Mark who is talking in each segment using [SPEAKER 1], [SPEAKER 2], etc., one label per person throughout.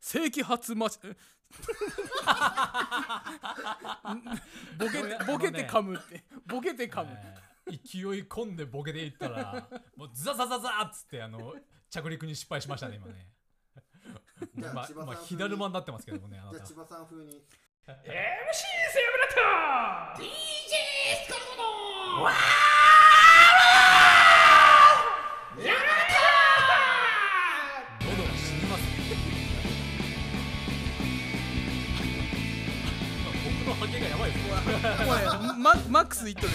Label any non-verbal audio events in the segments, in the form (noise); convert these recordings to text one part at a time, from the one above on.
[SPEAKER 1] 世紀初マシ
[SPEAKER 2] (laughs)
[SPEAKER 1] ボケてボケて噛むってボケて噛む、
[SPEAKER 2] えー勢い込んでボケていったらもうザザザザーっつってあの着陸に失敗しましたね今ね
[SPEAKER 3] じゃあ
[SPEAKER 2] ま
[SPEAKER 3] 千葉さん
[SPEAKER 2] まあ火だるまになってますけどもねあな
[SPEAKER 3] じゃあ
[SPEAKER 2] た
[SPEAKER 3] 千葉さん風に
[SPEAKER 2] 喉が死にますね僕のハゲがやばいですね
[SPEAKER 1] おいママックスいっとる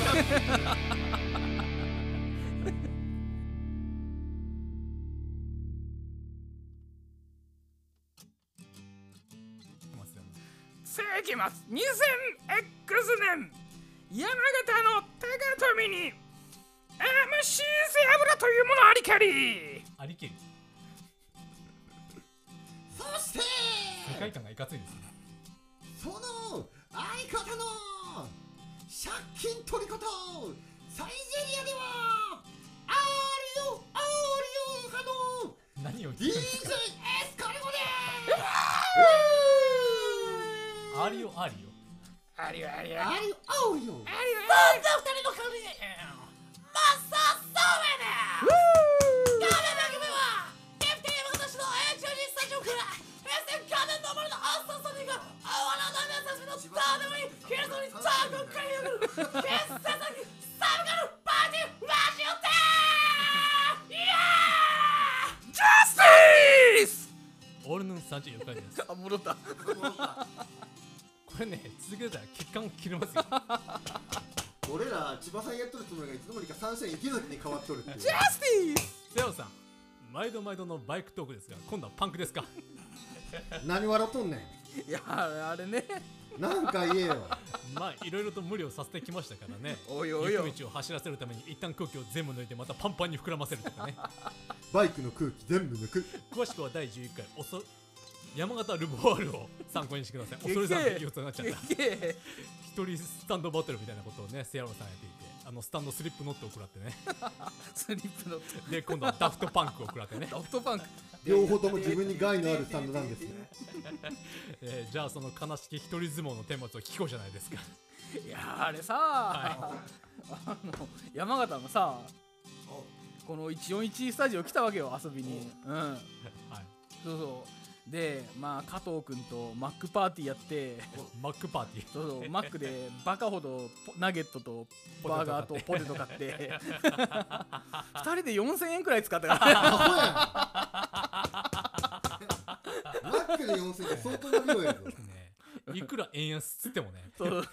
[SPEAKER 1] 世紀末 2000X 年山形の高富に MC セ油というものありかり
[SPEAKER 2] ありけり
[SPEAKER 3] そして
[SPEAKER 2] 世界観がいかついですね
[SPEAKER 3] その相方の借金取り方サイゼリアではアーリオアーリオ派の
[SPEAKER 2] 何を言
[SPEAKER 3] DJ
[SPEAKER 2] ってる
[SPEAKER 3] エ
[SPEAKER 2] んですか
[SPEAKER 3] スカルゴで
[SPEAKER 2] アーリオアーリオ
[SPEAKER 1] ありゃあり
[SPEAKER 3] ア
[SPEAKER 1] ゃ
[SPEAKER 3] ーリオアーリオ
[SPEAKER 1] あり
[SPEAKER 3] なんだ二人の関係マッサーそ
[SPEAKER 1] ゃ
[SPEAKER 3] うやだダメ番組は FTM 今年の永久にスタジオから平成仮面の森のアンサーソニーが泡のダメさしのどうでもいいヒルコにチャークを借り上げる決戦先サブカルパーティーラジオテー
[SPEAKER 1] ジャスティ
[SPEAKER 3] イエ
[SPEAKER 1] ス
[SPEAKER 2] オールヌン34回です
[SPEAKER 1] あ戻った
[SPEAKER 2] これね続けたら血管切れますよ
[SPEAKER 3] ー俺ら千葉さんやっとるつもりがいつの間にかサンシャイン池崎に変わっとるっていう
[SPEAKER 1] ジャスティス
[SPEAKER 2] セオさん毎度毎度のバイクトークですが今度はパンクですか
[SPEAKER 3] 何笑っとんね
[SPEAKER 1] いやあれね
[SPEAKER 3] んなんか言えよ
[SPEAKER 2] まあいろいろと無理をさせてきましたからね
[SPEAKER 1] おいおい
[SPEAKER 2] 雪
[SPEAKER 1] おい
[SPEAKER 2] 道を走らせるために一旦空気を全部抜いてまたパンパンに膨らませると
[SPEAKER 1] (laughs)
[SPEAKER 2] かね
[SPEAKER 3] バイクの空気全部
[SPEAKER 4] (laughs)
[SPEAKER 3] 抜く
[SPEAKER 2] 詳しくは第11回おそ山形ルボワールを参考にしてください恐れさんって言うとなっちゃった
[SPEAKER 1] いけ
[SPEAKER 2] 一人スタンドバトルみたいなことをねセアロさんやっていてあのスタンドスリップノットを食
[SPEAKER 1] (laughs)
[SPEAKER 2] らってね
[SPEAKER 1] スリップの
[SPEAKER 2] で今度はダフトパンクを食らってね、
[SPEAKER 1] ソフトバンク
[SPEAKER 3] 両方とも自分に害のあるスタンドなんですね
[SPEAKER 2] えーじゃあその悲しき一人相撲の天末を聞こうじゃな
[SPEAKER 1] (laughs)
[SPEAKER 2] いですか
[SPEAKER 1] いやあれさ、あの山形のさこの141スタジオ来たわけよ遊びにうん
[SPEAKER 2] はい
[SPEAKER 1] そうそうでまあ加藤君とマックパーティーやって
[SPEAKER 2] マックパーティー
[SPEAKER 1] そうそうマック (laughs) でバカほどポナゲットとバーガーとポテト買って (laughs) 二人で4000円くらい使ったから
[SPEAKER 3] アホやんマックで4000円相当の量やぞ
[SPEAKER 2] ねいくら円安っつってもね
[SPEAKER 1] そう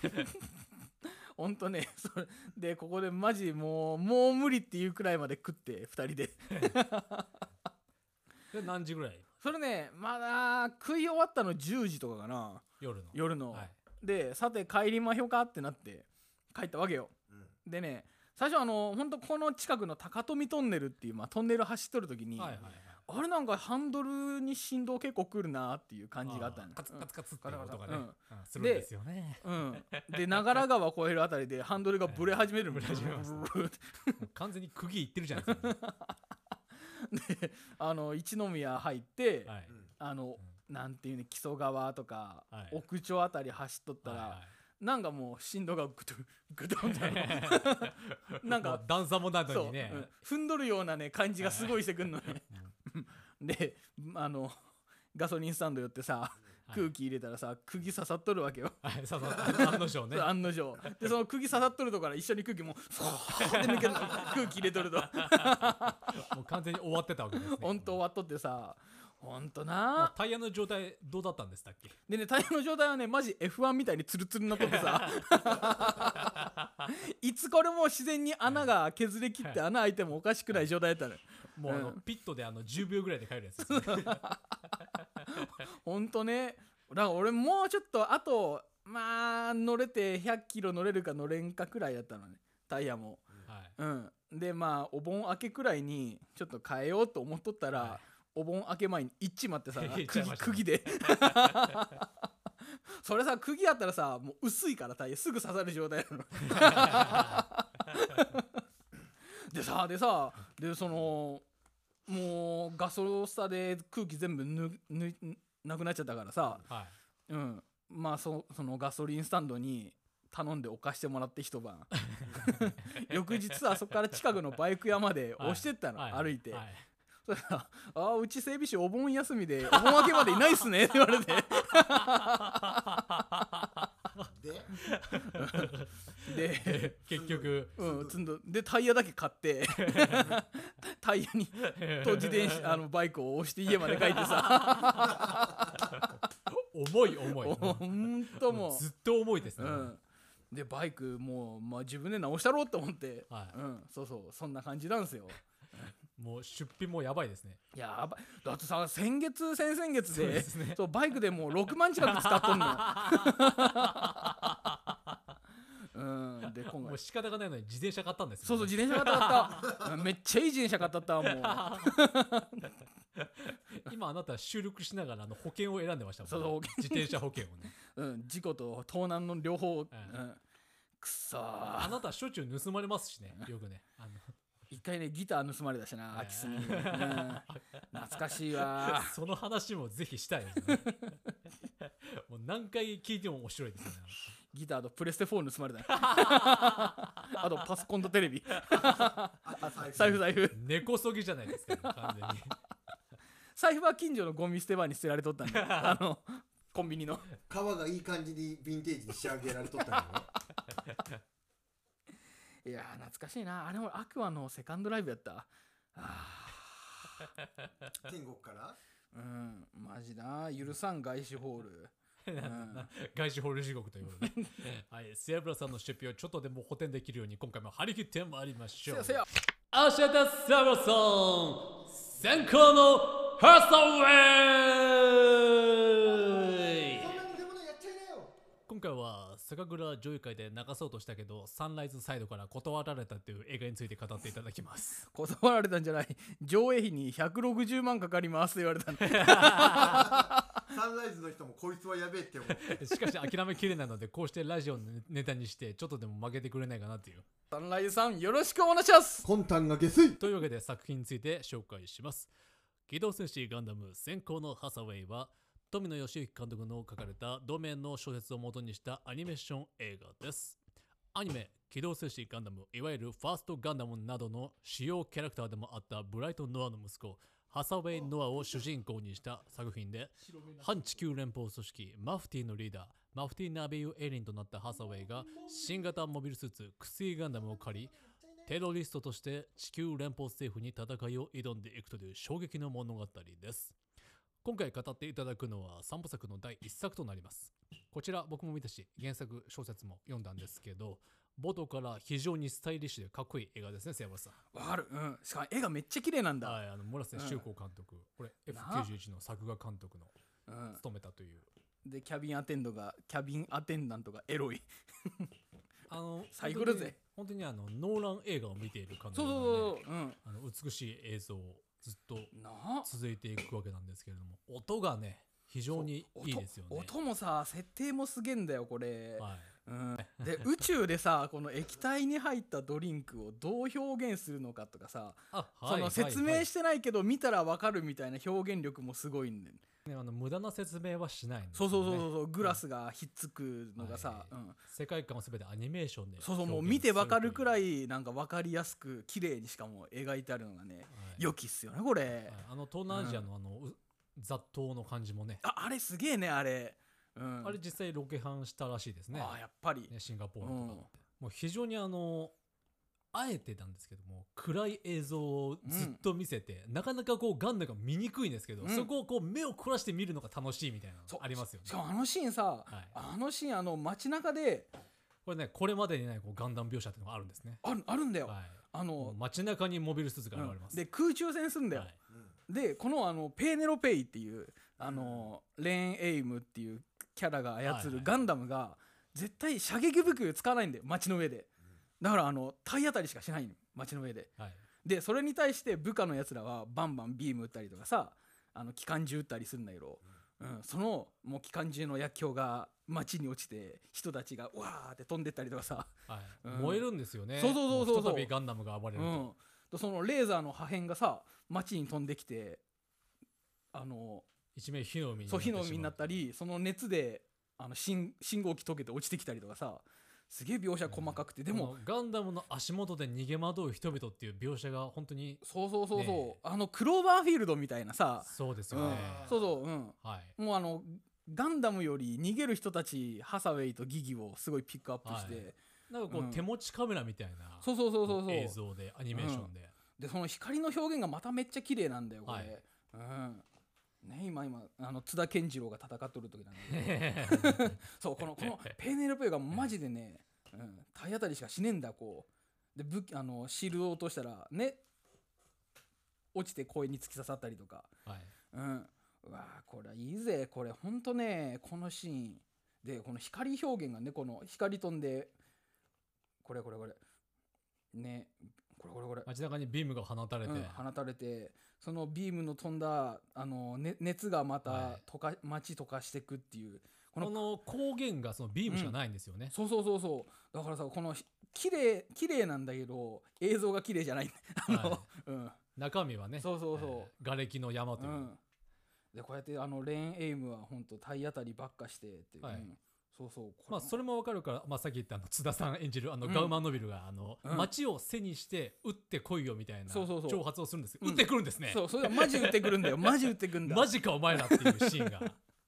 [SPEAKER 1] ほんとねそれでここでマジもうもう無理っていうくらいまで食って二人で
[SPEAKER 2] で何時ぐらい
[SPEAKER 1] それねまだ食い終わったの10時とかかな
[SPEAKER 2] 夜の
[SPEAKER 1] 夜の、
[SPEAKER 2] はい
[SPEAKER 1] でさて帰りまひょかってなって帰ったわけよでね最初あのほんとこの近くの高富トンネルっていう、まあ、トンネル走っとる時に、
[SPEAKER 2] はいはいはい
[SPEAKER 1] あれなんかハンドルに振動結構くるなっていう感じがあった
[SPEAKER 2] ー
[SPEAKER 1] ん
[SPEAKER 2] カツカツカツっていう音がね、
[SPEAKER 1] うん
[SPEAKER 2] うんするんですよね
[SPEAKER 1] うん、で長良川越えるあたりでハンドルがブレ始める
[SPEAKER 2] ブレ始め (laughs) ます
[SPEAKER 1] ブルルル
[SPEAKER 2] もう完全に釘いってるじゃないですか、
[SPEAKER 1] であの一宮入って、
[SPEAKER 2] はい
[SPEAKER 1] あのなんていうね木曽川とか、
[SPEAKER 2] はい
[SPEAKER 1] 奥町あたり走っとったら、なんかもう振動がグドゥン (laughs) グドゥンみたい
[SPEAKER 2] (laughs)
[SPEAKER 1] なな
[SPEAKER 2] なんん
[SPEAKER 1] か
[SPEAKER 2] か段差もなの
[SPEAKER 1] そう、
[SPEAKER 2] にね、
[SPEAKER 1] うん踏んどるようなね感じがすごいしてくんのね (laughs) であのガソリンスタンド寄ってさ、
[SPEAKER 2] い
[SPEAKER 1] 空気入れたらさ釘刺さっとるわけよ
[SPEAKER 2] はいそうそう案の定ね
[SPEAKER 1] 案の定でその釘刺さっとるとこから一緒に空気もフォーって抜ける (laughs) 空気入れとると
[SPEAKER 2] もう完全に終わってたわけですね
[SPEAKER 1] 本当終わっとってさ本当
[SPEAKER 2] まあ
[SPEAKER 1] な
[SPEAKER 2] タイヤの状態どうだったんでしたっけ
[SPEAKER 1] でねタイヤの状態はねマジ F1 みたいにツルツルになっとって
[SPEAKER 2] (laughs)
[SPEAKER 1] さいつこれも自然に穴が削れ切って穴開いてもおかしくない状態やったのよ
[SPEAKER 2] もうあの、
[SPEAKER 1] うん
[SPEAKER 2] ピットであの10秒ぐらいで帰るやつですね、
[SPEAKER 1] ほんとねだから俺もうちょっとあとまあ乗れて100キロ乗れるか乗れんかくらいだったのねタイヤも
[SPEAKER 2] はい
[SPEAKER 1] うんでまあお盆明けくらいにちょっと変えようと思っとったら、
[SPEAKER 2] は
[SPEAKER 1] お盆明け前にいっちまって
[SPEAKER 2] (laughs)
[SPEAKER 1] さ
[SPEAKER 2] いっちゃい
[SPEAKER 1] 釘
[SPEAKER 2] ましたね
[SPEAKER 1] 釘で (laughs) それさ釘やったらさもう薄いからタイヤすぐ刺さる状態な
[SPEAKER 2] (laughs)
[SPEAKER 1] のでさでさでそのもうガソスタで空気全部ぬぬなくなっちゃったからさ、
[SPEAKER 2] はい
[SPEAKER 1] うん、まあそそのガソリンスタンドに頼んでお貸してもらって一
[SPEAKER 2] (laughs)
[SPEAKER 1] 晩翌日あそこから近くのバイク屋まで
[SPEAKER 2] はい
[SPEAKER 1] 押してったの、
[SPEAKER 2] はい
[SPEAKER 1] 歩いて、
[SPEAKER 2] はい
[SPEAKER 1] そしたら「ああうち整備士お盆休みでお盆明けまでいないっすね」って言われて
[SPEAKER 4] で
[SPEAKER 1] で、
[SPEAKER 2] 結局
[SPEAKER 1] うん、積んどでタイヤだけ買って
[SPEAKER 2] (laughs)
[SPEAKER 1] タイヤにと自転
[SPEAKER 2] (laughs)
[SPEAKER 1] 車あのバイクを押して家まで帰ってさ
[SPEAKER 2] 重い重い
[SPEAKER 1] ほんともう
[SPEAKER 2] ずっと重いです
[SPEAKER 1] う
[SPEAKER 2] ね、
[SPEAKER 1] ん、でバイクもう、まあ、自分で直したろうと思って、
[SPEAKER 2] はい
[SPEAKER 1] うん、そうそうそんな感じなんですよ
[SPEAKER 2] もう出費もやばいですね
[SPEAKER 1] いややばいだってさ先月先々月
[SPEAKER 2] そうで
[SPEAKER 1] です
[SPEAKER 2] ね
[SPEAKER 1] そうバイクでもう6万近く使っとんのうんで今
[SPEAKER 2] も
[SPEAKER 1] 回
[SPEAKER 2] う仕方がないのに自転車買ったんです
[SPEAKER 1] そうそう
[SPEAKER 2] う
[SPEAKER 1] 自転車買った買っためっちゃいい自転車買ったったわもう
[SPEAKER 2] 今あなた収録しながらあの保険を選んでましたもん、
[SPEAKER 1] そうそう保
[SPEAKER 2] 自転車保険をね
[SPEAKER 1] うん、事故と盗難の両方、うん
[SPEAKER 2] う
[SPEAKER 1] くそー
[SPEAKER 2] あなたしょっちゅう盗まれますしねよくねあの
[SPEAKER 1] 一回ねギター盗まれたしな空き巣に、うん、懐かしいわ
[SPEAKER 2] その話もぜひしたいですねもう何回聞いても面白いですよね
[SPEAKER 1] ギターとプレステ4盗まれたあとパソコンとテレビ
[SPEAKER 4] あと財布
[SPEAKER 1] 財布財布
[SPEAKER 2] 根こそぎじゃないですか、完全に
[SPEAKER 1] 財布は近所のゴミ捨て場に捨てられとったんで (laughs) あのコンビニの
[SPEAKER 4] 皮がいい感じにヴィンテージに仕上げられとったのね
[SPEAKER 1] いやー懐かしいなあれもアクアのセカンドライブやった
[SPEAKER 4] (laughs) 天国から
[SPEAKER 1] うんマジな許さん外資ホール、うん、
[SPEAKER 2] 外資ホール地獄という (laughs) ことで、はい、セアブラさんの出費をちょっとでも補填できるように今回も張り切ってまいりまし
[SPEAKER 1] せ
[SPEAKER 2] ょう
[SPEAKER 1] やせや
[SPEAKER 2] 明日セアブラさん先行のハーサウェイ
[SPEAKER 4] そんなにでもないやっちゃいなよ
[SPEAKER 2] 今回は酒蔵上位会で流そうとしたけどサンライズサイドから断られたという映画について語っていただきます (laughs)
[SPEAKER 1] 断られたんじゃない上映費に160万かかりますって言われたの
[SPEAKER 4] サンライズの人もこいつはやべえって思う
[SPEAKER 2] しかし諦めきれないのでこうしてラジオのネタにしてちょっとでも負けてくれないかなっていう
[SPEAKER 1] サンライズさんよろしくお願いします
[SPEAKER 4] 魂胆が下水
[SPEAKER 2] というわけで作品について紹介します機動戦士ガンダム先行のハサウェイは富野義行監督の書かれた同名の小説を元にしたアニメーション映画ですアニメ「機動戦士ガンダム」いわゆるファーストガンダムなどの主要キャラクターでもあったブライト・ノアの息子ハサウェイ・ノアを主人公にした作品で反地球連邦組織マフティーのリーダーマフティー・ナビユ・エリンとなったハサウェイが新型モビルスーツクスイガンダムを借りテロリストとして地球連邦政府に戦いを挑んでいくという衝撃の物語です今回語っていただくのは3部作の第1作となりますこちら僕も見たし原作小説も読んだんですけど冒頭から非常にスタイリッシュでかっこいい映画ですね瀬山さん
[SPEAKER 1] わかるうんしかも絵がめっちゃ綺麗なんだ、
[SPEAKER 2] はいあの村瀬修子監督、これ
[SPEAKER 1] な
[SPEAKER 2] F91 の作画監督の
[SPEAKER 1] うん、
[SPEAKER 2] 務めたという
[SPEAKER 1] でキャビンアテンドがキャビンアテンダントがエロい
[SPEAKER 2] あの
[SPEAKER 1] サイクルぜ
[SPEAKER 2] 本当に本当にあのノーラン映画を見ている感じ
[SPEAKER 1] そう
[SPEAKER 2] な
[SPEAKER 1] そ
[SPEAKER 2] の
[SPEAKER 1] う
[SPEAKER 2] で
[SPEAKER 1] そう、うん
[SPEAKER 2] あの美しい映像をずっと
[SPEAKER 1] なあ
[SPEAKER 2] 続いていくわけなんですけれども音がね非常にいいですよね
[SPEAKER 1] 音音もさ設定もすげえんだよこれ、
[SPEAKER 2] はい
[SPEAKER 1] うん、
[SPEAKER 2] (laughs)
[SPEAKER 1] で宇宙でさこの液体に入ったドリンクをどう表現するのかとかさ、
[SPEAKER 2] あ、
[SPEAKER 1] その説明しててないけど見たらわかるみたいな表現力もすごいんだよね、
[SPEAKER 2] ね、あの無駄な説明はしないんです
[SPEAKER 1] そ
[SPEAKER 2] よ
[SPEAKER 1] う
[SPEAKER 2] ね
[SPEAKER 1] そうそうそうグラスがひっつくのが
[SPEAKER 2] は
[SPEAKER 1] さ
[SPEAKER 2] い、
[SPEAKER 1] うん、
[SPEAKER 2] 世界観を全てアニメーションで
[SPEAKER 1] そうそうもう見てわかるくら
[SPEAKER 2] い、
[SPEAKER 1] いなんかわかりやすく綺麗にしかも描いてあるのがね
[SPEAKER 2] はい
[SPEAKER 1] 良きっすよねこれ
[SPEAKER 2] はいあの東南アジアのあの、う雑踏の感じもね、
[SPEAKER 1] ああれすげえねあれ、うん、
[SPEAKER 2] あれ実際ロケハンしたらしいですね
[SPEAKER 1] あやっぱり、
[SPEAKER 2] ねシンガポー
[SPEAKER 1] う
[SPEAKER 2] ルとか、
[SPEAKER 1] ん
[SPEAKER 2] もう非常にあのあえてなんですけども暗い映像をずっと見せて、なかなかこうガンダムが見にくいんですけど、
[SPEAKER 1] うん
[SPEAKER 2] そこをこう目を凝らして見るのが楽しいみたいな
[SPEAKER 1] そう
[SPEAKER 2] のありますよね
[SPEAKER 1] しかもあのシーンさ、
[SPEAKER 2] い
[SPEAKER 1] あのシーンあの街中で
[SPEAKER 2] これねこれまでにないこうガンダム描写っていうのがあるんですね、
[SPEAKER 1] あるあるんだよ、
[SPEAKER 2] はい、
[SPEAKER 1] あ
[SPEAKER 2] もう
[SPEAKER 1] の、
[SPEAKER 2] 街中にモビルスーツが
[SPEAKER 1] うん
[SPEAKER 2] 現れます、
[SPEAKER 1] で空中戦するんだよ、
[SPEAKER 2] はい
[SPEAKER 1] でこのあのペーネロペイっていうあのレーンエイムっていうキャラが
[SPEAKER 2] はい
[SPEAKER 1] 操
[SPEAKER 2] はい
[SPEAKER 1] るガンダムが絶対射撃武器を使わないんだよ街の上でだからあの体当たりしかしないの街の上で
[SPEAKER 2] はい
[SPEAKER 1] でそれに対して部下のやつらはバンバンビーム撃ったりとかさあの機関銃撃ったりするんだけど、うん、そのもう機関銃の薬莢が街に落ちて人たちがうわーって飛んでったりとかさ、
[SPEAKER 2] はい
[SPEAKER 1] うん
[SPEAKER 2] 燃えるんですよね
[SPEAKER 1] そうそうそうそうそう
[SPEAKER 2] もひとたびガンダムが暴れると、
[SPEAKER 1] うん、でそのレーザーの破片がさ街に飛んできてあの
[SPEAKER 2] 一面火の海に
[SPEAKER 1] そう火の
[SPEAKER 2] しま
[SPEAKER 1] 海になったりその熱であの信信号機溶けて落ちてきたりとかさすげえ描写細かくて、でも
[SPEAKER 2] このガンダムの足元で逃げ惑う人々っていう描写が本当に
[SPEAKER 1] そうそうそうそう、
[SPEAKER 2] ねえ
[SPEAKER 1] あのクローバーフィールドみたいなさ、
[SPEAKER 2] そうです
[SPEAKER 1] う
[SPEAKER 2] よ
[SPEAKER 1] ん
[SPEAKER 2] ね、
[SPEAKER 1] そうそううん
[SPEAKER 2] はい
[SPEAKER 1] もうあのガンダムより逃げる人たちハサウェイとギギをすごいピックアップして、
[SPEAKER 2] はいなんかこう、
[SPEAKER 1] うん
[SPEAKER 2] 手持ちカメラみたいな
[SPEAKER 1] そうそうそうそうそう
[SPEAKER 2] 映像でアニメーションで、
[SPEAKER 1] でその光の表現がまためっちゃ綺麗なんだよこれ、
[SPEAKER 2] はい
[SPEAKER 1] うんね今今あの津田健次郎が戦っとる時なんだ
[SPEAKER 2] (laughs)
[SPEAKER 1] けどそうこのこのペーネルペがマジでね、うん、体当たりしかしねえんだこうで武器あのシールドを落としたらね落ちて声に突き刺さったりとか
[SPEAKER 2] はい
[SPEAKER 1] うん、うわあこれはいいぜこれほんとねこのシーンでこの光表現がねこの光飛んでこれこれこれねこれこれこれ、
[SPEAKER 2] 街中にビームが放たれて、
[SPEAKER 1] うん、放たれてそのビームの飛んだあの、ね、熱がま
[SPEAKER 2] は
[SPEAKER 1] た
[SPEAKER 2] い
[SPEAKER 1] 溶か、街溶かしてくっていうこ
[SPEAKER 2] こ
[SPEAKER 1] の
[SPEAKER 2] の光源がそのビームしかないんですよね、
[SPEAKER 1] そうそうそうそうだからさこのひ綺麗綺麗なんだけど映像が綺麗じゃない (laughs) あの、
[SPEAKER 2] は
[SPEAKER 1] うん
[SPEAKER 2] 中身はね
[SPEAKER 1] そうそうそう
[SPEAKER 2] えー瓦礫の山というう、
[SPEAKER 1] ん、でこうやってあのレーンエイムは本当体当たりばっかしてっていう、
[SPEAKER 2] はい
[SPEAKER 1] うんそうそうこれ
[SPEAKER 2] まあ、それもわかるから、まあ、さっき言ったあの津田さん演じるあの
[SPEAKER 1] うん
[SPEAKER 2] ガウマンノビルがあの、
[SPEAKER 1] うん
[SPEAKER 2] 街を背にして撃ってこいよみたいな
[SPEAKER 1] そうそうそう
[SPEAKER 2] 挑発をするんです
[SPEAKER 1] うん
[SPEAKER 2] 撃ってくるんですね、
[SPEAKER 1] そうそれがマジ打ってくるん
[SPEAKER 2] (laughs)
[SPEAKER 1] だよマジ打ってくるんだ
[SPEAKER 2] マジかお前らっていうシーンが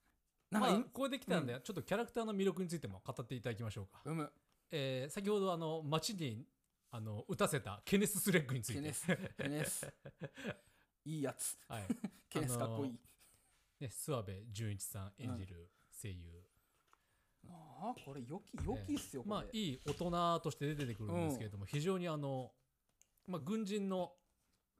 [SPEAKER 1] (laughs) なんか
[SPEAKER 2] まあ
[SPEAKER 1] い、
[SPEAKER 2] これできたんで、ちょっとキャラクターの魅力についても語っていただきましょうか、
[SPEAKER 1] うむ
[SPEAKER 2] えー先ほどあの街にあの撃たせたケネス・スレッグについ
[SPEAKER 1] ケ
[SPEAKER 2] て
[SPEAKER 1] ネスケネ
[SPEAKER 2] (laughs)
[SPEAKER 1] スいいやつ
[SPEAKER 2] はい
[SPEAKER 1] ケネスかっこいい、
[SPEAKER 2] ね、諏訪部純一さん演じる声優、
[SPEAKER 1] ああこれ良き良きっすよこれ、
[SPEAKER 2] まあいい大人として出てくるんですけれども、非常にあの、まあ、軍人の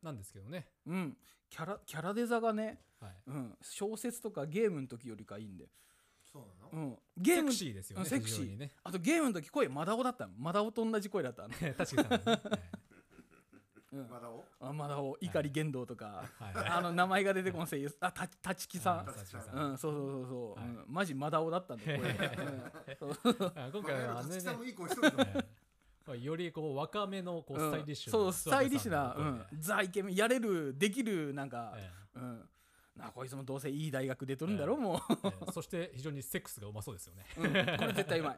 [SPEAKER 2] なんですけどね、
[SPEAKER 1] うんキャラキャラデザがね、
[SPEAKER 2] はい、
[SPEAKER 1] うん、小説とかゲームの時よりかいいんだよ、
[SPEAKER 4] そうなの
[SPEAKER 1] うん、ゲー
[SPEAKER 2] セ
[SPEAKER 1] ム
[SPEAKER 2] クシーですよ
[SPEAKER 1] う
[SPEAKER 2] ね
[SPEAKER 1] んセクシ
[SPEAKER 2] 非
[SPEAKER 1] ー
[SPEAKER 2] 常にね (laughs)
[SPEAKER 1] あとゲームの時声マダオだったのマダオと同じ声だったの、
[SPEAKER 2] 確かにそうですね
[SPEAKER 1] うん
[SPEAKER 4] まだお
[SPEAKER 1] あ、マダオ碇玄道とか、
[SPEAKER 2] はい
[SPEAKER 1] あの名前が出てこんせいよあた立木さん
[SPEAKER 2] あ立木さん
[SPEAKER 1] うん、そうそうそうそう、
[SPEAKER 2] はい
[SPEAKER 1] うん、マジマダオだったんだ
[SPEAKER 2] (laughs)
[SPEAKER 1] これ、うんそう
[SPEAKER 2] あ今
[SPEAKER 4] まだ
[SPEAKER 2] 回
[SPEAKER 4] や
[SPEAKER 2] は
[SPEAKER 4] る
[SPEAKER 2] ね
[SPEAKER 4] 立木さんも
[SPEAKER 2] ね
[SPEAKER 4] いい声しとる
[SPEAKER 2] (laughs)
[SPEAKER 4] けど
[SPEAKER 2] えまあよりこう若めのこう
[SPEAKER 1] うん
[SPEAKER 2] スタイリッシュな、
[SPEAKER 1] そうスタイリッシュな、う
[SPEAKER 2] 諏
[SPEAKER 1] ん
[SPEAKER 2] 訪部さ、んの
[SPEAKER 1] ザイケメンやれるできるなんか、
[SPEAKER 2] 声でえ
[SPEAKER 1] うんなこいつもどうせいい大学出とるんだろ、も
[SPEAKER 2] えええそして非常にセックスがうまそうですよね。
[SPEAKER 1] う、うん、これ絶対うまい、う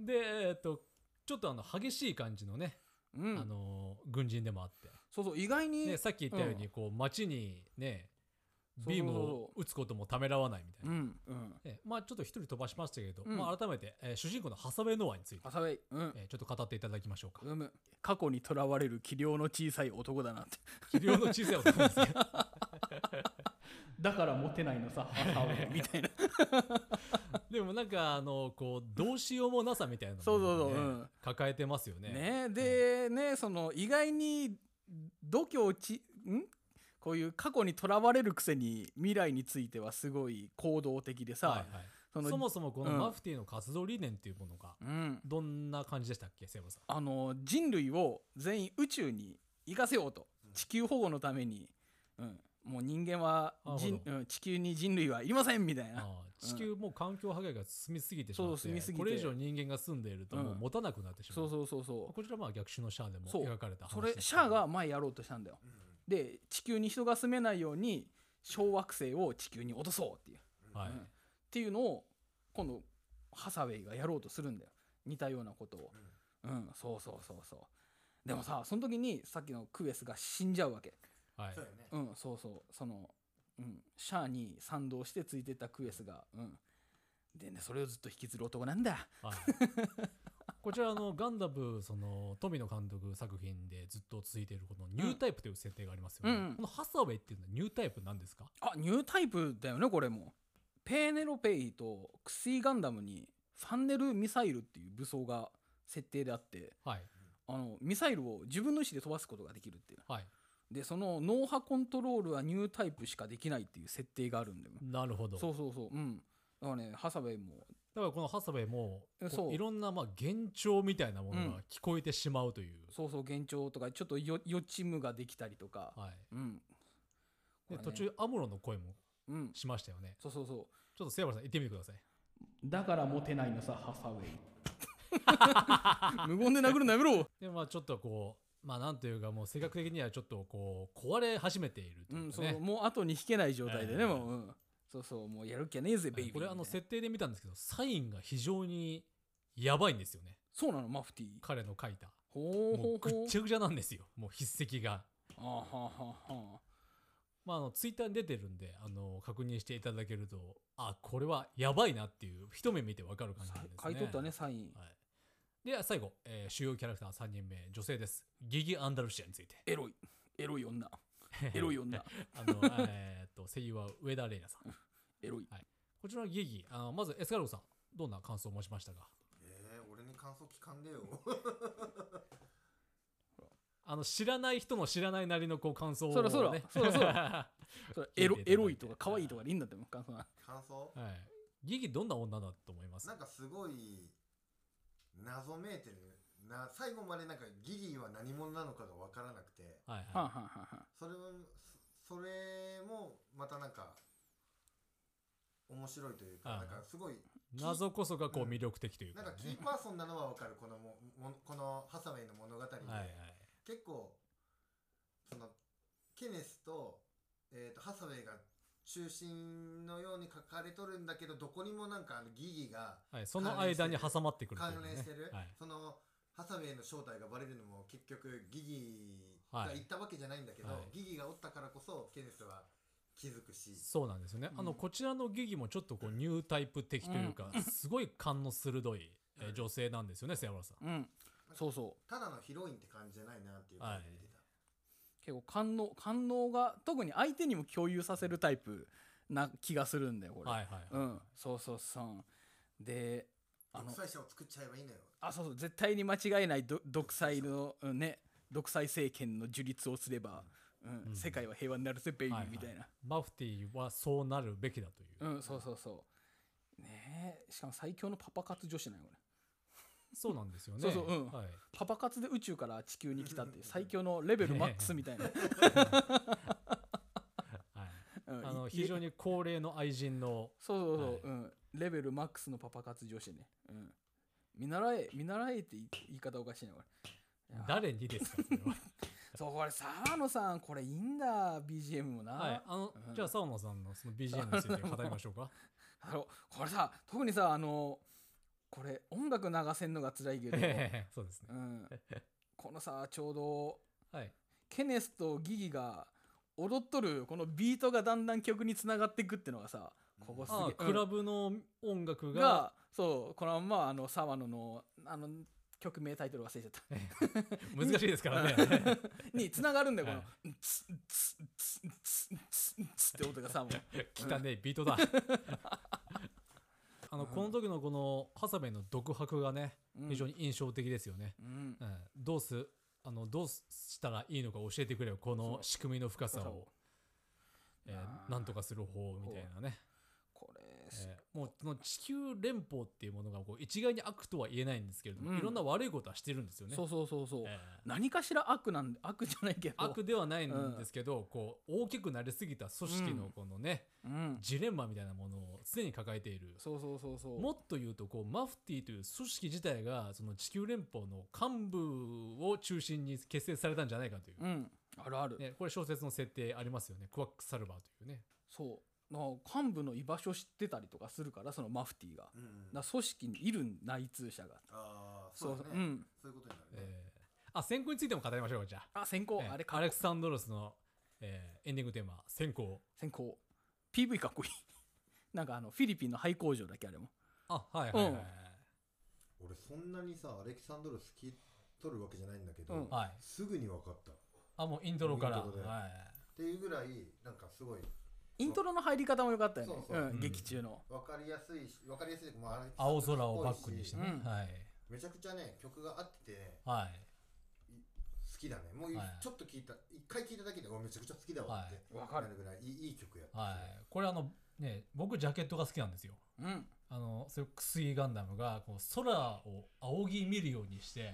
[SPEAKER 1] ん
[SPEAKER 2] (laughs) で、えっとちょっとあの激しい感じのね、
[SPEAKER 1] うん
[SPEAKER 2] あのー軍人でもあって、
[SPEAKER 1] そうそう意外に、
[SPEAKER 2] ね、さっき言ったように、こう街にねビームを撃つこともためらわないみたいな
[SPEAKER 1] う、んうん
[SPEAKER 2] ええまあちょっと一人飛ばしましたけれど、
[SPEAKER 1] うん
[SPEAKER 2] まあ、改めて、えー主人公のハサウェイ・ノアについて
[SPEAKER 1] ハ、サウェイうん
[SPEAKER 2] えーちょっと語っていただきましょうか。
[SPEAKER 1] うむ過去にとらわれる器量の小さい男だな
[SPEAKER 2] (laughs)
[SPEAKER 1] って
[SPEAKER 2] 肥料の小さい男です
[SPEAKER 1] (laughs)
[SPEAKER 2] ね
[SPEAKER 1] だからモテないのさハサウェイ (laughs) みたいな
[SPEAKER 2] でもなんかあのこうどうしようもなさみたいなのをね
[SPEAKER 1] そうそうそううん
[SPEAKER 2] 抱えてますよね
[SPEAKER 1] ねでねその意外に度胸ちんこういう過去にとらわれるくせに未来についてはすごい行動的でさ、
[SPEAKER 2] はいはい
[SPEAKER 1] その
[SPEAKER 2] そもそもこの
[SPEAKER 1] うん
[SPEAKER 2] マフティーの活動理念っていうものが
[SPEAKER 1] うん、
[SPEAKER 2] どんな感じでしたっけセブさん
[SPEAKER 1] あの人類を全員宇宙に行かせようと地球保護のために、うん、もう人間は人、
[SPEAKER 2] な
[SPEAKER 1] うん、地球に人類はいりませんみたいな
[SPEAKER 2] ああ地球もう環境破壊が進みすぎてしまっ
[SPEAKER 1] そう進みす
[SPEAKER 2] て
[SPEAKER 1] ぎて
[SPEAKER 2] これ以上人間が住んでいるともう持たなくなってしま
[SPEAKER 1] そう
[SPEAKER 2] う
[SPEAKER 1] そうそうそ
[SPEAKER 2] こちらまあ逆襲のシャアでも
[SPEAKER 1] そう
[SPEAKER 2] 描かれた
[SPEAKER 1] う
[SPEAKER 2] 話
[SPEAKER 1] それ
[SPEAKER 2] です
[SPEAKER 1] シ
[SPEAKER 2] けど
[SPEAKER 1] ャアが前やろうとしたんだよで地球に人が住めないように小惑星を地球に落とそうっていう
[SPEAKER 2] は
[SPEAKER 1] う
[SPEAKER 2] い
[SPEAKER 1] んっていうのを今度ハサウェイがやろうとするんだよ似たようなことをうん、そうそうそうそうでもさその時にさっきのクエスが死んじゃうわけ
[SPEAKER 2] はい
[SPEAKER 4] そうよね
[SPEAKER 1] うんそうそうその、うん、シャアに賛同してついてったクエスがうんでねそれをずっと引きずる男なんだ
[SPEAKER 2] はいこちらあのガンダムその富野監督作品でずっと続いているこのニュータイプという設定がありますよね、
[SPEAKER 1] うんうん
[SPEAKER 2] このハサウェイっていうのはニュータイプなんですか
[SPEAKER 1] あニュータイプだよねこれもペーネロペイとクスイガンダムにファンネルミサイルっていう武装が設定であって
[SPEAKER 2] はい
[SPEAKER 1] あのミサイルを自分の意思で飛ばすことができるっていう
[SPEAKER 2] はい
[SPEAKER 1] でその脳波コントロールはニュータイプしかできないっていう設定があるんだよ
[SPEAKER 2] なるほど
[SPEAKER 1] そうそうそううんだからねハサウェイも
[SPEAKER 2] だからこのハサウェイも
[SPEAKER 1] え
[SPEAKER 2] こ
[SPEAKER 1] そうう
[SPEAKER 2] いろんなまあ幻聴みたいなも
[SPEAKER 1] う
[SPEAKER 2] のが
[SPEAKER 1] ん
[SPEAKER 2] 聞こえてしまうという、
[SPEAKER 1] そうそう幻聴とかちょっとよ予知夢ができたりとか、
[SPEAKER 2] はい
[SPEAKER 1] うん
[SPEAKER 2] で
[SPEAKER 1] これね
[SPEAKER 2] 途中アムロの声も
[SPEAKER 1] うん
[SPEAKER 2] しましたよね
[SPEAKER 1] そうそうそう
[SPEAKER 2] ちょっとセイバルさん言ってみてください
[SPEAKER 1] だからモテないのさハサウェイ (laughs) 無言で殴るのやめろ
[SPEAKER 2] でまあちょっとこうまあなんというかもう性格的にはちょっとこう壊れ始めていると
[SPEAKER 1] う
[SPEAKER 2] い
[SPEAKER 1] ん
[SPEAKER 2] うか
[SPEAKER 1] そ
[SPEAKER 2] ね、
[SPEAKER 1] うもう後に引けない状態でね、
[SPEAKER 2] ええ
[SPEAKER 1] もう、うん、そうそうもうやる気ねえぜベイビー
[SPEAKER 2] これあの
[SPEAKER 1] みたい
[SPEAKER 2] 設
[SPEAKER 1] な
[SPEAKER 2] 定で見たんですけどサインが非常にやばいんですよね
[SPEAKER 1] そうなのマフティー
[SPEAKER 2] 彼の書いた
[SPEAKER 1] ほう
[SPEAKER 2] も
[SPEAKER 1] ほ
[SPEAKER 2] う
[SPEAKER 1] う
[SPEAKER 2] ぐ
[SPEAKER 1] ほ
[SPEAKER 2] っ
[SPEAKER 1] う
[SPEAKER 2] ちゃぐちゃなんですよもう筆跡が、
[SPEAKER 1] あははは
[SPEAKER 2] まあ、あのツイッターに出てるんであの確認していただけるとあこれはやばいなっていう一目見てわかる感じなんですね
[SPEAKER 1] 買い取ったねサイン、
[SPEAKER 2] はい、で最後、えー主要キャラクター3人目女性ですギギ・アンダルシアについて
[SPEAKER 1] エロいエロい女エロい女
[SPEAKER 2] (laughs) あの、えーっと声優は上田玲奈さん
[SPEAKER 1] エ
[SPEAKER 2] (laughs)
[SPEAKER 1] ロい
[SPEAKER 2] こちらのギギあのまずエスカルゴさんどんな感想を持ちましたか
[SPEAKER 4] えー、俺に感想聞か
[SPEAKER 2] (laughs)
[SPEAKER 4] んでよ。
[SPEAKER 2] あの知らない人の知らないなりのこう感想を、ね、
[SPEAKER 1] そろそ
[SPEAKER 2] (laughs)
[SPEAKER 1] ろそろそろ
[SPEAKER 2] は
[SPEAKER 1] それ
[SPEAKER 2] 聞
[SPEAKER 1] エ
[SPEAKER 2] い
[SPEAKER 1] ロ
[SPEAKER 2] ていただいて
[SPEAKER 1] エロいとか可愛いとかでいいんだってもう感想は
[SPEAKER 4] 感想
[SPEAKER 2] いギギどんな女だと思います
[SPEAKER 4] なんかすごい、謎めいてる。な最後までなんかギギは何者なのかが分からなくて、
[SPEAKER 2] はい
[SPEAKER 1] はん
[SPEAKER 2] は
[SPEAKER 1] はんはんはん
[SPEAKER 4] それも、そそれもまたなんか、面白いというか、
[SPEAKER 2] ああ
[SPEAKER 4] なんかすごい、
[SPEAKER 2] い、謎こそがこう
[SPEAKER 4] うん
[SPEAKER 2] 魅力的というか、
[SPEAKER 4] なん
[SPEAKER 2] ね
[SPEAKER 4] かキーパーソンなのは分かる、このももこのハサウェイの物語で。
[SPEAKER 2] はいはい
[SPEAKER 4] 結構そのケネスと,、えー、とハサウェイが中心のように書かれとるんだけどどこにもなんかあのギギが
[SPEAKER 2] はい、その間に挟まってくるとい
[SPEAKER 4] 関
[SPEAKER 2] うね
[SPEAKER 4] 連してる、
[SPEAKER 2] はい
[SPEAKER 4] そのハサウェイの正体がバレるのも結局ギギが言ったわけじゃないんだけど、
[SPEAKER 2] はい
[SPEAKER 4] ギギがおったからこそケネスは気づくし
[SPEAKER 2] そうなんですよね、
[SPEAKER 1] うん
[SPEAKER 2] あのこちらのギギもちょっとこうニュータイプ的というか、すごい感の鋭い、えー
[SPEAKER 4] うん
[SPEAKER 2] 女性なんですよね瀬山さん
[SPEAKER 1] うんそうそう
[SPEAKER 4] ただのヒロインって感じじゃないなっていう感じで見てた、
[SPEAKER 1] 結構感能感能が特に相手にも共有させるタイプな気がするんだよこれ、
[SPEAKER 2] はいはい、
[SPEAKER 1] うんそうそうそうであの
[SPEAKER 4] 独裁者を作っちゃえばいいのよ
[SPEAKER 1] あそうそう絶対に間違えないど独裁の、うんね独裁政権の樹立をすれば、うん
[SPEAKER 2] うん
[SPEAKER 1] 世界は平和になるぜベイビ
[SPEAKER 2] はい
[SPEAKER 1] ー
[SPEAKER 2] はい
[SPEAKER 1] みたいな、
[SPEAKER 2] マフティーはそうなるべきだという、
[SPEAKER 1] うんそうそうそうねえしかも最強のパパ活女子なんよこれ
[SPEAKER 2] そうなんですよね
[SPEAKER 1] そうそううん
[SPEAKER 2] はい、
[SPEAKER 1] パパ活で宇宙から地球に来たっていう最強のレベルマックスみたいな、
[SPEAKER 2] はい、
[SPEAKER 1] うん
[SPEAKER 2] (laughs) あの
[SPEAKER 1] い
[SPEAKER 2] 非常に高齢の愛人の
[SPEAKER 1] そうそうそう、
[SPEAKER 2] はい
[SPEAKER 1] うん、レベルマックスのパパ活女子ね、うん、見習え見習えって言い言い方おかしいなこれいや
[SPEAKER 2] 誰にですかそれは
[SPEAKER 1] そうこれ沢野さんこれいいんだ BGM も (laughs) な、
[SPEAKER 2] はい、あの、
[SPEAKER 1] うん
[SPEAKER 2] じゃあ、サウナさんのその BGM について語りましょ
[SPEAKER 1] (laughs)
[SPEAKER 2] うか。
[SPEAKER 1] あのこれさ特にさあのこれ音楽流せんのが辛いけ
[SPEAKER 2] (laughs)
[SPEAKER 1] ど、
[SPEAKER 2] そうですね
[SPEAKER 1] う。ん、このさちょうど
[SPEAKER 2] はい。
[SPEAKER 1] ケネスとギギが踊っとるこのビートがだんだん曲につながっていくってのがさここすげえ
[SPEAKER 2] あ、
[SPEAKER 1] うん
[SPEAKER 2] クラブの音楽
[SPEAKER 1] が
[SPEAKER 2] が、
[SPEAKER 1] そうこのまんまあの沢野のあの曲名タイトル忘れちゃった
[SPEAKER 2] 難しいですからね。
[SPEAKER 1] (laughs) に繋がるんだよ、
[SPEAKER 2] はい
[SPEAKER 1] この、ツッツッツッツッツッツッって音がさ、もう。
[SPEAKER 2] (laughs) 汚ねえビートだ。 (laughs) あの、この時のこの、ハサベの独白がね、
[SPEAKER 1] うん
[SPEAKER 2] 非常に印象的ですよね。
[SPEAKER 1] うん
[SPEAKER 2] うん。どうす、あの、どうしたらいいのか教えてくれよ。この仕組みの深さを
[SPEAKER 1] そ。
[SPEAKER 2] え
[SPEAKER 1] あ
[SPEAKER 2] ー、
[SPEAKER 1] ー
[SPEAKER 2] なんとかする方みたいなね。
[SPEAKER 1] これ、
[SPEAKER 2] えーもうその地球連邦っていうものがこう一概に悪とは言えないんですけれども、
[SPEAKER 1] うん
[SPEAKER 2] いろんな悪いことはしてるんですよね。
[SPEAKER 1] そうそうそうそう、
[SPEAKER 2] えー
[SPEAKER 1] 何かしら悪なんで、悪じゃないけど。
[SPEAKER 2] 悪ではないんですけど、こう大きくなりすぎた組織
[SPEAKER 1] う
[SPEAKER 2] の
[SPEAKER 1] ん
[SPEAKER 2] このね、
[SPEAKER 1] うん。
[SPEAKER 2] ジレンマみたいなものを常に抱えている。
[SPEAKER 1] そうそうそうそう。
[SPEAKER 2] もっと言うとこうマフティーという組織自体がその地球連邦の幹部を中心に結成されたんじゃないかという、
[SPEAKER 1] うん。あるある。
[SPEAKER 2] ね、これ小説の設定ありますよねクワック・サルバーというね
[SPEAKER 1] そう。の幹部の居場所知ってたりとかするから、そのマフティーが。
[SPEAKER 4] うんうん
[SPEAKER 1] だから組織にいる内通者が。
[SPEAKER 4] ああそうだね
[SPEAKER 1] そううん
[SPEAKER 4] そういうことになるね、
[SPEAKER 2] えーあ先行についても語りましょうかじゃあ
[SPEAKER 1] あ、先行、
[SPEAKER 2] えー
[SPEAKER 1] あれか
[SPEAKER 2] アレクサンドロスの、えーエンディングテーマ「先行
[SPEAKER 1] 先行。PV かっこいい。 (laughs) なんかあの、フィリピンの廃工場だっけ、あれも。」
[SPEAKER 2] あはいはいはい、
[SPEAKER 1] うん
[SPEAKER 4] 俺そんなにさアレキサンドロス聞いとるわけじゃないんだけど、
[SPEAKER 1] うん
[SPEAKER 2] はい、
[SPEAKER 4] すぐに分かったっ
[SPEAKER 2] あもうイントロから
[SPEAKER 4] イントロで
[SPEAKER 2] はい
[SPEAKER 4] ていうぐらいなんかすごい
[SPEAKER 1] イントロの入り方も良かったよね。
[SPEAKER 4] そうそう
[SPEAKER 1] うん、劇中の。
[SPEAKER 4] 分かりやすいし分かりやすいというかまあアレキサンドロ
[SPEAKER 2] 青空をバ
[SPEAKER 4] スっぽいし
[SPEAKER 2] ックにしてね、
[SPEAKER 1] うん
[SPEAKER 2] はい
[SPEAKER 4] めちゃくちゃね曲が合っててね
[SPEAKER 2] はい
[SPEAKER 4] 好きだねもうい
[SPEAKER 2] はい
[SPEAKER 4] ちょっと聞いた一回聞いただけでおめちゃくちゃ好きだわって
[SPEAKER 1] はいわかる
[SPEAKER 4] なるぐらいいいいい曲やった
[SPEAKER 2] はいこれあのね僕ジャケットが好きなんですよ
[SPEAKER 1] うん。
[SPEAKER 2] あのそれ薬ガンダムがこう空を仰ぎ見るようにして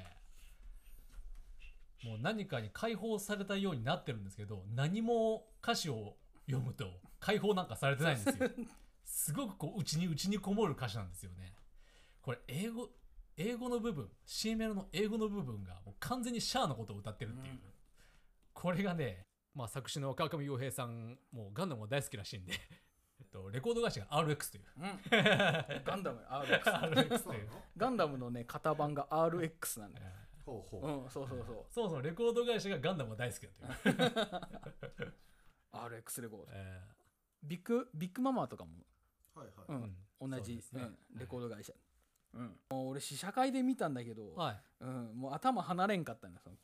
[SPEAKER 2] もう何かに解放されたようになってるんですけど何も歌詞を読むと解放なんかされてないんですよすごくこう内に内にこもる歌詞なんですよねこれ英語英語の部分 C メロの英語の部分がもう完全にシャアのことを歌ってるっていう、
[SPEAKER 1] うん
[SPEAKER 2] これがね、まあ、作詞の川上洋平さんもうガンダムが大好きらしいんでえっとレコード会社が RX という
[SPEAKER 1] うん、ガンダム (laughs) RX
[SPEAKER 2] RX
[SPEAKER 4] そ
[SPEAKER 2] と
[SPEAKER 4] う
[SPEAKER 2] い
[SPEAKER 4] な
[SPEAKER 2] う
[SPEAKER 4] の
[SPEAKER 1] ガンダムのね型番が RX なんだよ、
[SPEAKER 4] ほうほう、
[SPEAKER 1] うん、そうそうそ
[SPEAKER 2] そもそもレコード会社がガンダムが大好きだ
[SPEAKER 1] (laughs)
[SPEAKER 2] という、
[SPEAKER 1] う RX レコード
[SPEAKER 2] え
[SPEAKER 1] ビッグビッグママとかも、
[SPEAKER 4] はいはい、
[SPEAKER 1] うん
[SPEAKER 2] うん
[SPEAKER 1] 同
[SPEAKER 2] そう
[SPEAKER 1] じ
[SPEAKER 2] で、すね
[SPEAKER 1] うん、レコード会社、うん、もう俺試写会で見たんだけど、
[SPEAKER 2] ーはい、
[SPEAKER 1] うん、もう頭離れんかったんだその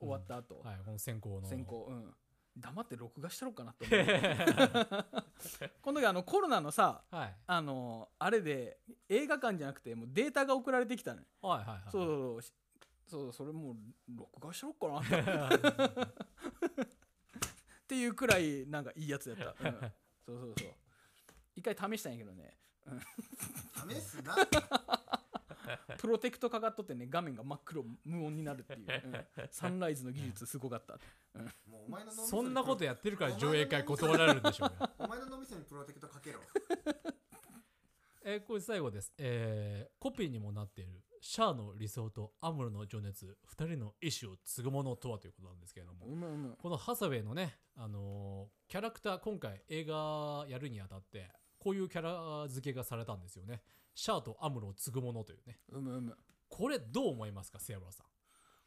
[SPEAKER 1] 終わった後、
[SPEAKER 2] はい、この先行の
[SPEAKER 1] 先行うん黙って録画したろうかなって
[SPEAKER 2] (laughs)
[SPEAKER 1] 思うこの時あのコロナのさ
[SPEAKER 2] はい
[SPEAKER 1] あのあれで映画館じゃなくてもうデータが送られてきたのよ
[SPEAKER 2] はいはいはい
[SPEAKER 1] そうそうそうそうそれもう録画しろっかなって
[SPEAKER 2] (laughs)
[SPEAKER 1] っていうくらいなんかいいやつや
[SPEAKER 2] (laughs)
[SPEAKER 1] った、うんそうそうそう一回試したんやけどね
[SPEAKER 4] 試すな
[SPEAKER 1] プロテクトかかっとってね画面が真っ黒無音になる (laughs) っていう、うんサンライズの技術すごかった
[SPEAKER 4] もうお前の脳み
[SPEAKER 1] (laughs)
[SPEAKER 4] そに
[SPEAKER 2] そんなことやってるから上映会断られるんでしょうよ
[SPEAKER 4] お前の脳みそにプロテクトかけろ
[SPEAKER 2] (laughs) えーこれ最後です、えーコピーにもなっているシャアの理想とアムロの情熱二人の意志を継ぐものとはということなんですけれども、
[SPEAKER 1] うまいうまい
[SPEAKER 2] このハサウェイのね、あのーキャラクター今回映画やるにあたってこういうキャラ付けがされたんですよねシャアとアムロを継ぐものというね
[SPEAKER 1] うまいうまい
[SPEAKER 2] これどう思いますかセアブラさん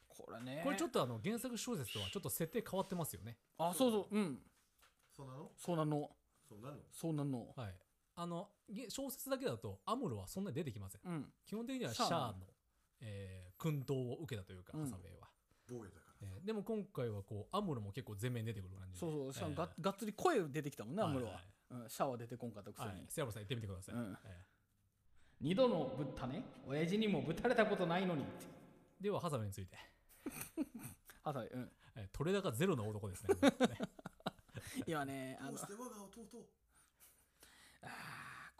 [SPEAKER 1] これね
[SPEAKER 2] これちょっとあの原作小説とはちょっと設定変わってますよね
[SPEAKER 1] あそうそううん
[SPEAKER 4] そうなの
[SPEAKER 1] そうなの
[SPEAKER 4] そうなの
[SPEAKER 1] そうなの
[SPEAKER 2] はいあのげ小説だけだとアムロはそんなに出てきません
[SPEAKER 1] うん
[SPEAKER 2] 基本的にはシ
[SPEAKER 1] シャア
[SPEAKER 2] ャア
[SPEAKER 1] な
[SPEAKER 2] の
[SPEAKER 1] んだ
[SPEAKER 2] えー薫陶を受けたというか、
[SPEAKER 1] うん
[SPEAKER 2] ハサウェイは
[SPEAKER 4] 防衛だから
[SPEAKER 2] えーでも今回はこうアムロも結構前面に出てくる感じで
[SPEAKER 1] そうそうしかも
[SPEAKER 2] えー
[SPEAKER 1] が,、がっつり声出てきたもんねアムロは、
[SPEAKER 2] い
[SPEAKER 1] うん、シャワー出てこんかったくせ
[SPEAKER 2] はい
[SPEAKER 1] に、
[SPEAKER 2] はいセアブラさん行ってみてください、
[SPEAKER 1] うん
[SPEAKER 2] えー
[SPEAKER 1] 二度のぶったね親父にもぶたれたことないのにって
[SPEAKER 2] ではハサウェイについて、
[SPEAKER 1] あそううん
[SPEAKER 2] えー、取れ高ゼロの男です
[SPEAKER 1] (laughs)
[SPEAKER 2] ねこれね
[SPEAKER 1] 今ねあ
[SPEAKER 4] ど
[SPEAKER 1] の
[SPEAKER 4] うして我が弟
[SPEAKER 1] あー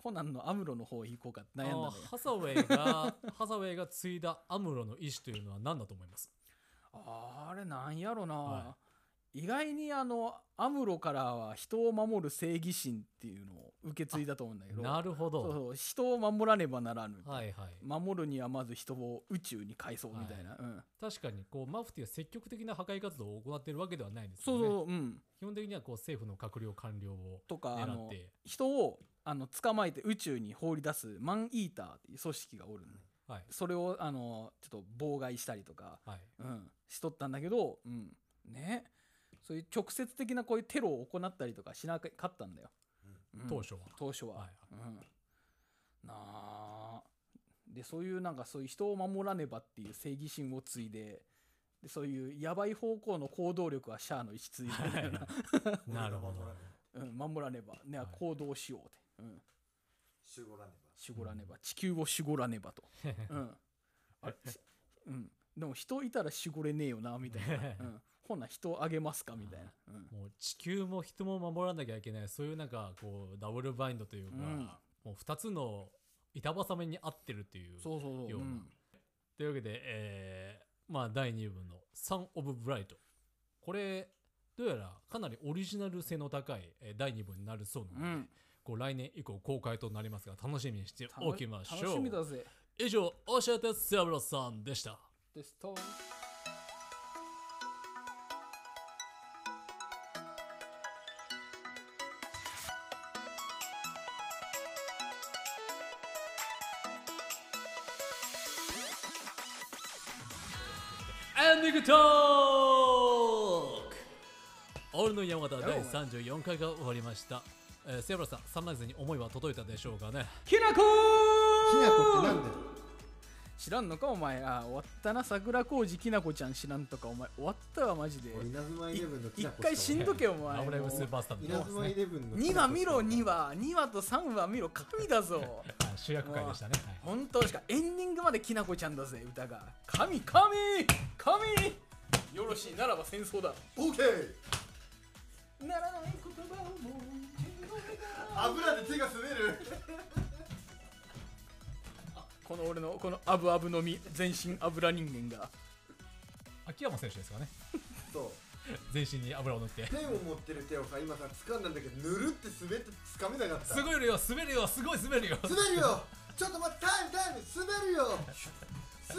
[SPEAKER 1] コナンのアムロの方行こうか悩んだのよ
[SPEAKER 2] あーハサウェイがハサウェイが継いだアムロの意思というのは何だと思います
[SPEAKER 1] あれなんやろな、
[SPEAKER 2] は
[SPEAKER 1] 意外にあのアムロからは人を守る正義心っていうのを受け継いだと思うんだけど
[SPEAKER 2] なるほど
[SPEAKER 1] そうそう人を守らねばならぬ、
[SPEAKER 2] はいはい
[SPEAKER 1] 守るにはまず人を宇宙に返そうみたいな、うん、
[SPEAKER 2] 確かにこうマフティーは積極的な破壊活動を行っているわけではないんですけ
[SPEAKER 1] そう
[SPEAKER 2] ど、ね、
[SPEAKER 1] そうそう、うん、
[SPEAKER 2] 基本的にはこう政府の閣僚官僚を
[SPEAKER 1] とかあ
[SPEAKER 2] 狙っ
[SPEAKER 1] の
[SPEAKER 2] て
[SPEAKER 1] 人をあの捕まえて宇宙に放り出すマンイーターっていう組織がおるのね
[SPEAKER 2] はい
[SPEAKER 1] それをあのちょっと妨害したりとか、
[SPEAKER 2] はい
[SPEAKER 1] うん、しとったんだけど、うん、ねそういう直接的なこういうテロを行ったりとかしなかったんだよ、うん
[SPEAKER 2] 当初は、
[SPEAKER 1] 当初は、
[SPEAKER 2] はい
[SPEAKER 1] うん、なあでそういうなんかそういう人を守らねばっていう正義心を継いででそういうやばい方向の行動力はシャアの一継いだような、
[SPEAKER 2] なるほど
[SPEAKER 1] う
[SPEAKER 4] 俺が守らねば
[SPEAKER 1] ん、守らねば、ね
[SPEAKER 2] はい
[SPEAKER 1] 行動しようって、うん、
[SPEAKER 4] 守護らねば
[SPEAKER 1] しごらねば地球をしごらねばと、うんあれしうん、でも人いたらしごれねえよなみたい
[SPEAKER 2] (laughs)
[SPEAKER 1] な、うん、ほな人あげますかみたいな、うん、
[SPEAKER 2] (laughs) もう地球も人も守らなきゃいけないそういうなんかこうダブルバインドというか、
[SPEAKER 1] うん
[SPEAKER 2] もう2つの板挟めに合ってるっていう
[SPEAKER 1] そうそうそう、
[SPEAKER 2] よ
[SPEAKER 1] う、
[SPEAKER 2] うなんというわけで、えーまあ第2部の「Sun of Bright」これどうやらかなりオリジナル性の高いえー第2部になるそうなので、
[SPEAKER 1] うん
[SPEAKER 2] こう来年以降公開となりますが楽しみにしておきましょう
[SPEAKER 1] 楽しみだぜ
[SPEAKER 2] 以上教えてセブラさんでした
[SPEAKER 1] でストーン
[SPEAKER 2] エンディングトーク俺の山形
[SPEAKER 1] やろ
[SPEAKER 2] 第
[SPEAKER 1] お
[SPEAKER 2] 34回が終わりました、えーセブラさんサンライズに思いは届いたでしょうかね
[SPEAKER 1] きなこ
[SPEAKER 4] きなこってなんだよ
[SPEAKER 1] 知らんのかお前あ終わったな桜小路きなこちゃん知らんとかお前終わったわマジで
[SPEAKER 4] 俺稲妻イレブンのき
[SPEAKER 1] 一
[SPEAKER 4] なこ
[SPEAKER 1] 回
[SPEAKER 4] し
[SPEAKER 1] 死
[SPEAKER 4] か
[SPEAKER 1] んどけお前
[SPEAKER 2] ラブライブスー
[SPEAKER 1] 2
[SPEAKER 2] パースターの
[SPEAKER 4] 稲妻イレブンの
[SPEAKER 1] 話見ろ2
[SPEAKER 4] には
[SPEAKER 1] 話2話と3話見ろ神だぞ
[SPEAKER 2] はい主役会でしたね、はい
[SPEAKER 1] 本当しかエンディングまできなこちゃんだぜ歌が神神神よろしいならば戦争だ
[SPEAKER 4] オーケー
[SPEAKER 1] ならない言葉をもう一度
[SPEAKER 4] 油で手が滑る
[SPEAKER 1] この俺のこのアブアブのみ全身油人間が
[SPEAKER 2] 秋山選手ですかね
[SPEAKER 4] そう
[SPEAKER 2] 全身に油を塗 (laughs) って
[SPEAKER 4] ペンを持ってる手をさ今さ掴んだんだけどぬるって滑って掴めなかった
[SPEAKER 2] すごいよ滑るよすごい滑るよ
[SPEAKER 4] 滑るよちょっと待ってタイムタイム滑るよ滑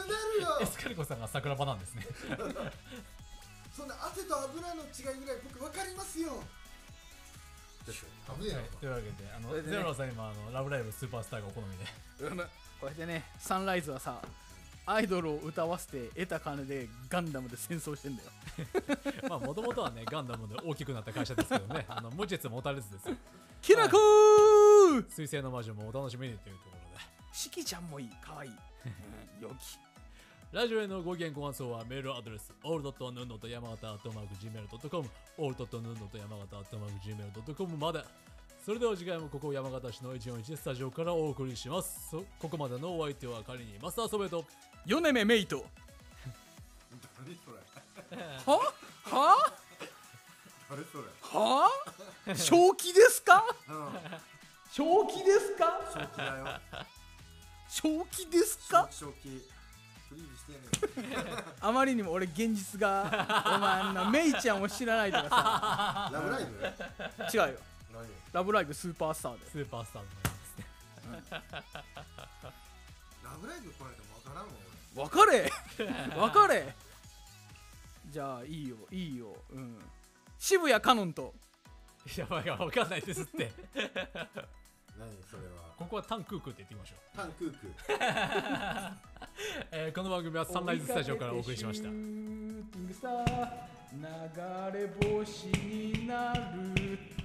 [SPEAKER 4] るよ
[SPEAKER 2] エスカルゴさんが桜庭なんですね
[SPEAKER 4] そんな汗と油の違いぐらい僕分かりますよ危ねえ
[SPEAKER 2] はいというわけであの
[SPEAKER 1] それでね
[SPEAKER 2] ゼロさん今あの「ラブライブスーパースター」がお好みで
[SPEAKER 1] うんこうやってねサンライズはさアイドルを歌わせて得た金でガンダムで戦争してんだよ
[SPEAKER 2] まあもともとはねガンダムで大きくなった会社ですけどねあの無実持たれずですよ
[SPEAKER 1] きなこー、
[SPEAKER 2] 水星の魔女もお楽しみにというところで
[SPEAKER 1] しきちゃんもいいかわいい、うん、よき
[SPEAKER 2] ラジオへのご意見ご感想はメールアドレス a l l n u n o 山形 .gmail.com a l l n u n o 山形 .gmail.com までそれでは次回もここ山形市の141スタジオからお送りしますそここまでのお相手は仮にマスターソベと
[SPEAKER 1] 米目メイト
[SPEAKER 4] 誰それ
[SPEAKER 1] はは
[SPEAKER 4] 誰それ
[SPEAKER 1] は (laughs) 正気ですか
[SPEAKER 4] うん
[SPEAKER 1] 正気ですか
[SPEAKER 4] 正気だよ
[SPEAKER 1] 正気ですか
[SPEAKER 4] 正気正気フリーズしてね
[SPEAKER 1] あまりにも俺現実
[SPEAKER 2] (laughs)
[SPEAKER 1] がお前あんなメイちゃんを知らないとか
[SPEAKER 4] ラブライブ
[SPEAKER 1] さ違うよ
[SPEAKER 4] 何
[SPEAKER 1] 「ラブライブスーパースター」で
[SPEAKER 2] スーパースターの
[SPEAKER 4] ラブライブ来られても分からんもん俺
[SPEAKER 1] 別れ (laughs) 別れじゃあいいよいいようん渋谷カノンと
[SPEAKER 2] やばいが分かんないですって
[SPEAKER 4] 何それは
[SPEAKER 2] ここはタンクークって言ってみましょ
[SPEAKER 4] タンクーク
[SPEAKER 2] う、えーこの番組はサンライズスタジオからお送りしました
[SPEAKER 1] シューティングスター流れ星になる